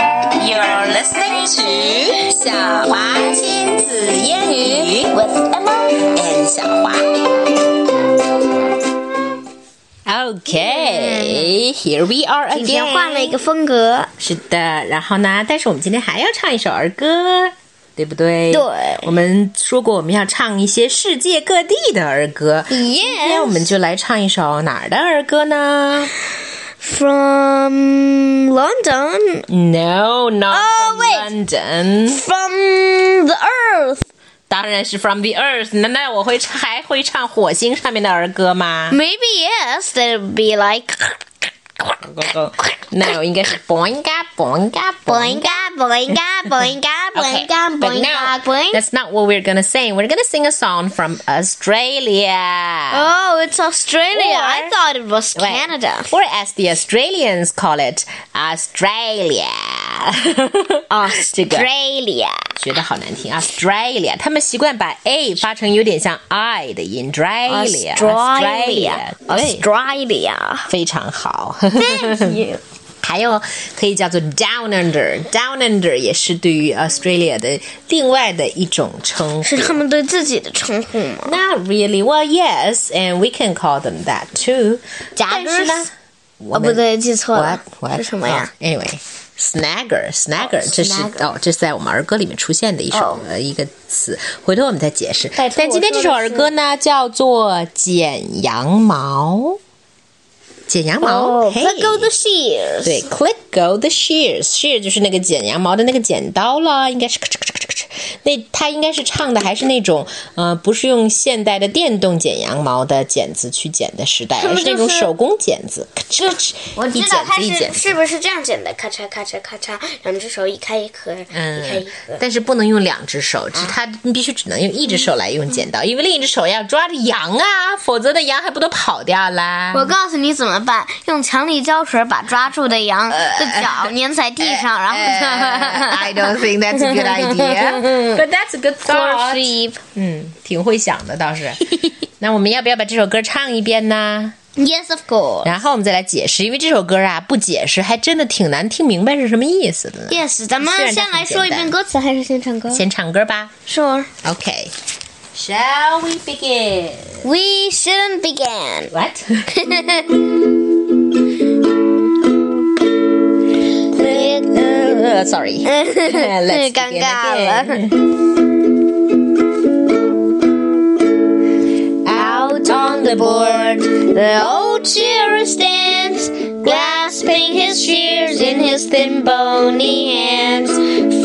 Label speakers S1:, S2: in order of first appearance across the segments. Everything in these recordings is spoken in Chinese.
S1: You're listening to
S2: 小华亲子英语 with Emma and 小华。Okay, here we are
S3: 今天
S2: again。
S3: 换了一个风格，
S2: 是的，然后呢？但是我们今天还要唱一首儿歌，对不对？
S3: 对
S2: 我们说过我们要唱一些世界各地的儿歌。今天我
S3: Yes
S2: 们就来唱一首哪儿的儿歌呢
S3: from London,
S2: ？No, not from
S3: wait.
S2: London。
S3: from the Earth，
S2: 当然是 From the Earth。难道我会唱还会唱火星上面的儿歌吗
S3: maybe yes, that would be like
S2: ？Go go No，应该是 Boinga Boinga
S3: boinga boinga boinga
S2: Okay,
S3: boinga
S2: but no,
S3: boinga boing.
S2: that's not what we're gonna sing. We're gonna sing a song from Australia.
S3: Oh, it's Australia. I
S2: Or-
S3: thought it was
S2: Wait.
S3: Canada.
S2: Or as the Australians call it, Australia. 这个
S3: Australia.
S2: 觉得好难听，Australia，他们习惯把 a 发成有点像 i 的音，Australia，Australia，
S3: Australia.
S2: 对，
S3: Australia.
S2: 非常好。
S3: Thank you.
S2: 还有可以叫做 down under，down under 也是对于 Australia 的另外的一种称呼。
S3: 是他们对自己的称呼吗
S2: Not really. Well, yes, and we can call them that too. 但是呢
S3: Jaggers？
S2: 我
S3: 哦，
S2: 们
S3: 不对，记错
S2: What
S3: 了
S2: what
S3: 是什么呀？
S2: a n y w a y s n a g g e r s n a g g e r
S3: 哦
S2: 这是
S3: snagger
S2: 哦，这是在我们儿歌里面出现的一首
S3: 哦
S2: 呃一个词，回头我们再解释。
S3: 拜托
S2: 但今天这首
S3: 我说
S2: 儿
S3: 的是
S2: 歌呢，叫做剪羊毛，剪羊毛。
S3: 哦
S2: 嘿
S3: Oh, let go the shears.
S2: 对，click go the shears，shear 就是那个剪羊毛的那个剪刀啦，应该是咔哧咔哧咔哧咔哧。那他应该是唱的还是那种，呃，不是用现代的电动剪羊毛的剪子去剪的时代，
S3: 他
S2: 而
S3: 们
S2: 是那
S3: 就
S2: 种
S3: 是
S2: 手工剪子，咔哧咔哧，
S3: 我
S2: 一
S3: 知道
S2: 剪
S3: 它
S2: 子一剪
S3: 是
S2: 子。
S3: 是不是这样剪的？咔嚓咔嚓咔嚓，两只手一开一合，一开
S2: 嗯
S3: 一合，。
S2: 但是不能用两只手，只它你必须只能用一只手来用剪刀，因为另一只手要抓着羊啊，否则的羊还不都跑掉啦。
S3: 我告诉你怎么办，用强力胶水把抓住的羊
S2: 呃
S3: 的 脚粘在地上，然后
S2: I don't think that's a good idea, but that's a good
S3: Poor
S2: thought.
S3: sheep.
S2: 嗯，挺会想的倒 是。那我们要不要把这首歌唱一遍呢？
S3: Yes, of course.
S2: 然后我们再来解释，因为这首歌啊，不解释还真的挺难听明白是什么意思的呢。
S3: Yes，咱们先来说一遍歌词，还是先唱歌
S2: 先唱歌吧。
S3: ？Sure.
S2: OK。Shall we begin?
S3: We shouldn't begin.
S2: What? Sorry. Let's begin
S3: 尴尬 了。
S2: again. Out on the board.
S3: The old shearer stands, clasping his shears in his thin bony hands,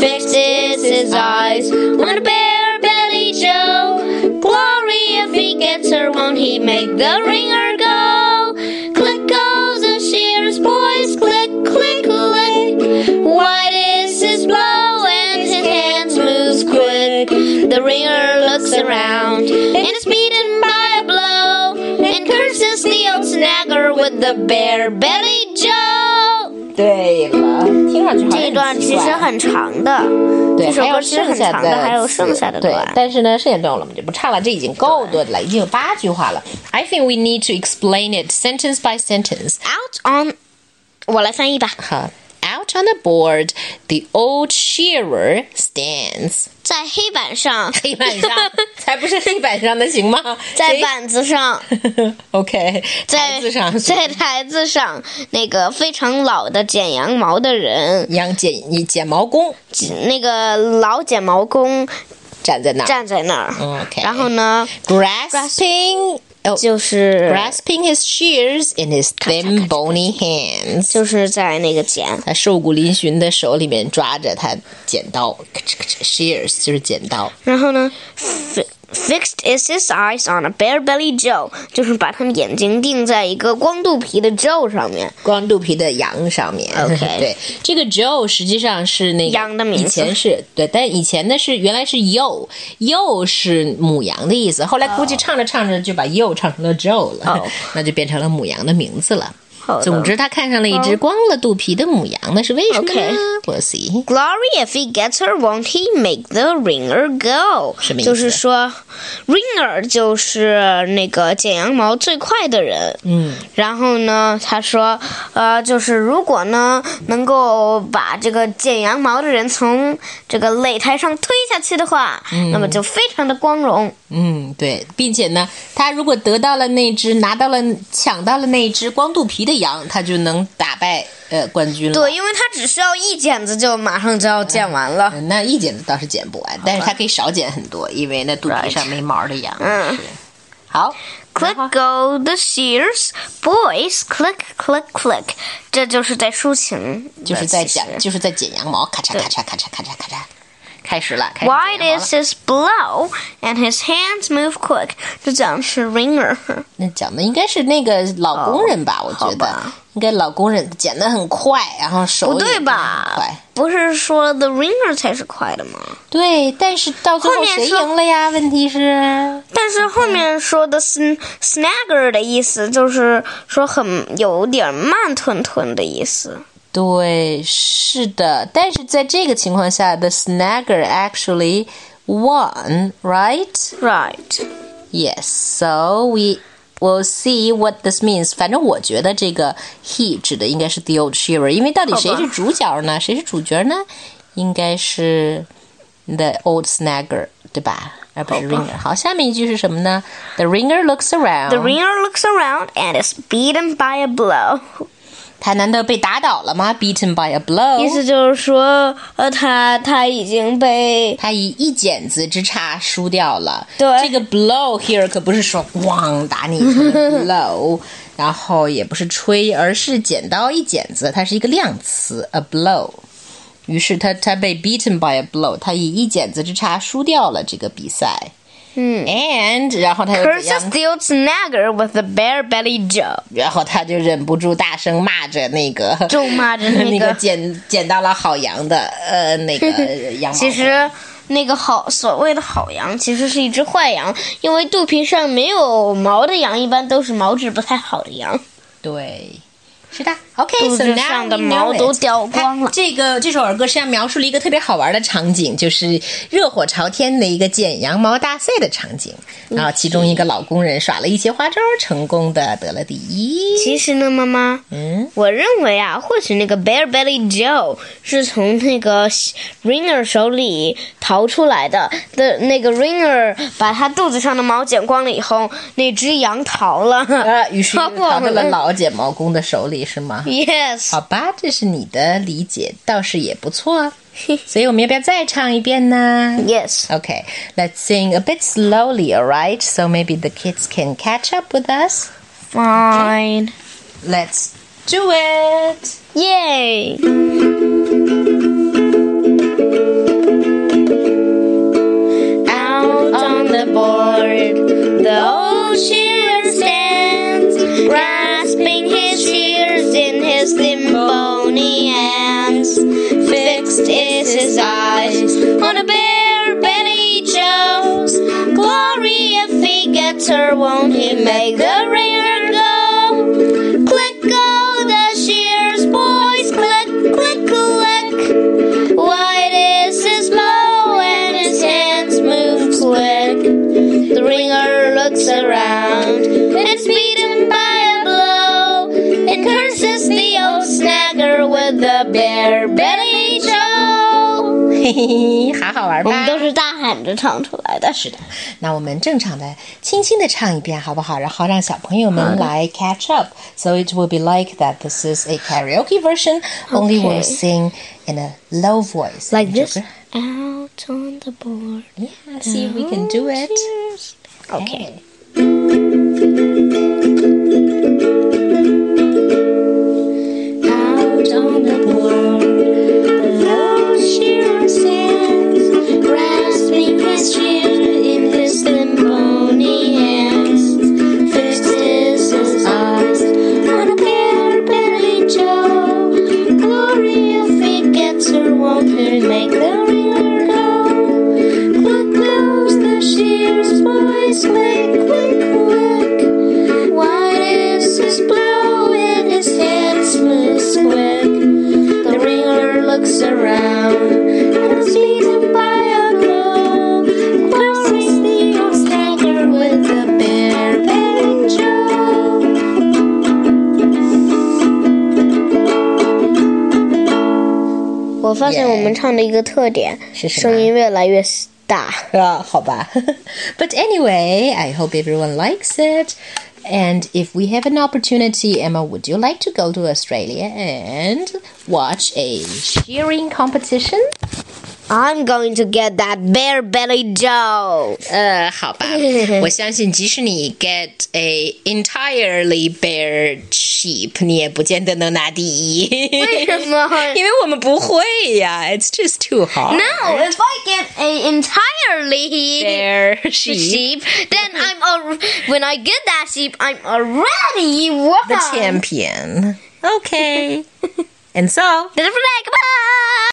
S3: fixes his eyes on a bare belly Joe. Glory if he gets her, won't he make the ringer go? Click goes the shears, boys, click, click, click. What is his blow? And his hands moves quick. The ringer looks around and is beaten by a blow and curses the old snagger with the bare belly Joe.
S2: 对了，听上去好像
S3: 这一段其实很长的，
S2: 对，
S3: 这首
S2: 还有
S3: 歌其实
S2: 剩
S3: 很
S2: 下
S3: 长的，还有
S2: 词
S3: 剩下的
S2: 对
S3: 段，。
S2: 但是呢，剩下的段我们就不唱了，这已经够多的了，已经有八句话了。I think we need to explain it sentence by sentence.
S3: Out on，我来翻译吧。
S2: 好，Out on the board, the old shearer stands.
S3: 在黑板上，
S2: 黑板上才不是黑板上的，行吗？
S3: 在
S2: 谁
S3: 板 子上，
S2: OK，
S3: 在
S2: 台子上
S3: 在台子上，那个非常老的剪羊毛的人，
S2: 杨剪你剪毛工
S3: 那个老剪毛工
S2: 站在那儿。
S3: 站在那儿。
S2: 哦 OK，
S3: 然后呢，
S2: grasping 哦
S3: 就是
S2: ，grasping his shears in his thin bony hands，
S3: 就是在那个剪，
S2: 他瘦骨嶙峋的手里面抓着他剪刀，咔哧咔哧，shears 就是剪刀。
S3: 然后呢，fi-，fixed is his eyes on a bare-bellied Joe，就是把他们眼睛定在一个光肚皮的 Joe 上面。
S2: 光肚皮的羊上面
S3: OK
S2: 对，这个 Joe 实际上是那个
S3: 羊的名字
S2: 以前是对，但以前呢是原来是 yo yo 是母羊的意 思，后来估计唱着唱着就把 yo 唱成了 Joe 了
S3: 哦
S2: 那就变成了母羊的名字了。
S3: 头的。
S2: 总之，他看上了一只光了肚皮的母羊，那是为什么呢
S3: 哦
S2: ？We'll
S3: OK
S2: see。
S3: Glory, if he gets her, won't he make the ringer go？
S2: 什么意思
S3: 就是说，ringer 就是那个剪羊毛最快的人。
S2: 嗯，
S3: 然后呢，他说，呃，就是如果呢能够把这个剪羊毛的人从这个擂台上推下去的话，那么就非常的光荣。
S2: 嗯，对，并且呢，他如果得到了那只，拿到了，抢到了那只光肚皮的羊，他就能打败呃冠军了。
S3: 对，因为他只需要一剪子就马上就要剪完了。
S2: 嗯，那一剪子倒是剪不完，但是它可以少剪很多，因为那肚皮上没毛的羊。
S3: 嗯
S2: 是。好，
S3: Click go the shears, boys. Click click click，这就是在抒情的，
S2: 就是在
S3: 其实
S2: 讲，就是在剪羊毛，咔嚓咔嚓咔嚓咔嚓咔嚓，开始了。开始
S3: Wide
S2: 剪羊毛
S3: is
S2: 了
S3: his blow, and his hands move quick. 这讲是 ringer，
S2: 那讲的应该是那个老工人吧？我觉
S3: 好
S2: 得
S3: 吧
S2: 应该老工人剪的很快，然后手
S3: 不
S2: 也
S3: 对
S2: 剪得很
S3: 吧
S2: 快。？
S3: 不是说 the ringer 才是快的吗？
S2: 对，但是到最
S3: 后
S2: 后
S3: 面
S2: 谁
S3: 说
S2: 赢了呀？问题是，
S3: 但是后面说的 sn snagger 的意思就是说很有点慢吞吞的意思。
S2: 对，是的。但是在这个情况下，the snagger actually won, right?
S3: Right.
S2: Yes, so we will see what this means. 反正我觉得这个 he 指的应该是 the old shearer，因为到底谁
S3: 好吧
S2: 是主角呢？谁是主角呢？应该是 the old snagger，对吧？而不是 ringer。好，下面一句是什么呢？The ringer looks around.
S3: The ringer looks around and is beaten by a blow.
S2: 他难道被打倒了吗？Beaten by a blow.
S3: 意思就是说，呃，他他已经被
S2: 他以一剪子之差输掉了。这
S3: 对
S2: 个 blow here 可不是说咣打你一拳 的 blow，然后也不是吹，而是剪刀一剪子，它是一个量词 a blow。于是他他被 beaten by a blow，他以一剪子之差输掉了这个比赛。
S3: 嗯
S2: ，and 然后他又怎
S3: curses
S2: 样？
S3: the old snagger with a bare belly job，
S2: 然后他就忍不住大声骂着那个，
S3: 咒骂着
S2: 那
S3: 那个
S2: 捡捡到了好羊的呃那 个羊毛。
S3: 其实那个好所谓的好羊，其实是一只坏羊，因为肚皮上没有毛的羊，一般都是毛质不太好的羊。
S2: 对，是的。OK，
S3: 肚
S2: so
S3: 子
S2: now
S3: 上的
S2: we know
S3: 毛都
S2: it
S3: 掉光了
S2: 它这个这首儿歌实际上描述了一个特别好玩的场景，就是热火朝天的一个剪羊毛大赛的场景。
S3: 嗯
S2: 然后其中一个老工人耍了一些花招，成功的得了第一。
S3: 其实呢，妈妈，
S2: 嗯，
S3: 我认为啊，或许那个 Bear Belly Joe 是从那个 Ringer 手里逃出来的。的那个 Ringer 把他肚子上的毛剪光了以后，那只羊逃了。
S2: 呃，于是
S3: 逃
S2: 就
S3: 不
S2: 逃到了
S3: 了
S2: 老剪毛工的手里，是吗？
S3: 嗯 Yes，
S2: 好吧，这是你的理解，倒是也不错。所以我们要不要再唱一遍呢
S3: Yes.
S2: Okay, let's sing a bit slowly, alright? So maybe the kids can catch up with us.
S3: Fine.
S2: Let's do it.
S3: Yay! Out on the board, the old shearer stands, grasping his shears in his thin bony hands. Fixed is his eyes on a bare Betty Jones. Glory if he gets her, won't he make the ringer go? Click go the shears, boys, click, click, click. Wide is his bow and his hands move quick. The ringer looks around, it's beaten by a blow, and curses the old snagger with the bare belly joe.
S2: 嘿嘿嘿，好好玩吧？
S3: 我们都是大喊着唱出来的。
S2: 是的。那我们正常的、轻轻的唱一遍，好不好？然后让小朋友们来 catch up。So it will be like that. This is a karaoke version. Only
S3: Okay.
S2: we'll sing in a low voice.
S3: Like this?
S2: Joker.
S3: Out on the board.
S2: Yeah, see if we can do it.
S3: Cheers. Okay. Out on the board, the low shearer stands, grasping his shears in his thin bony hands. Fixes his eyes on a bare belly Joe. Glory if he gets her, won't he make the ringer go? Click goes the shears, boys, click, click, click. Wide is his blow and his hand. looks around and is beaten by a crow. Crosses the old stagger with the bear bearing Joe.
S4: 我发现
S2: Yeah
S4: 我们唱的一个特点，
S2: 是什么
S4: 声音越来越大。
S2: 啊，好吧。But anyway, I hope everyone likes it. And if we have an opportunity, Emma, would you like to go to Australia and watch a shearing competition?
S4: I'm going to get that bear belly Joe。
S2: 呃，好吧， 我相信即使你 get a entirely bare sheep，你也不见得能拿第一。
S4: 为什么？
S2: 因为我们不会呀，It's just too hard.
S4: No, if I get a entirely
S2: Bare sheep
S4: sheep, then I'm al- when I get that sheep, I'm already
S2: the
S4: won.
S2: champion. Okay. And so.
S4: The flag. Bye.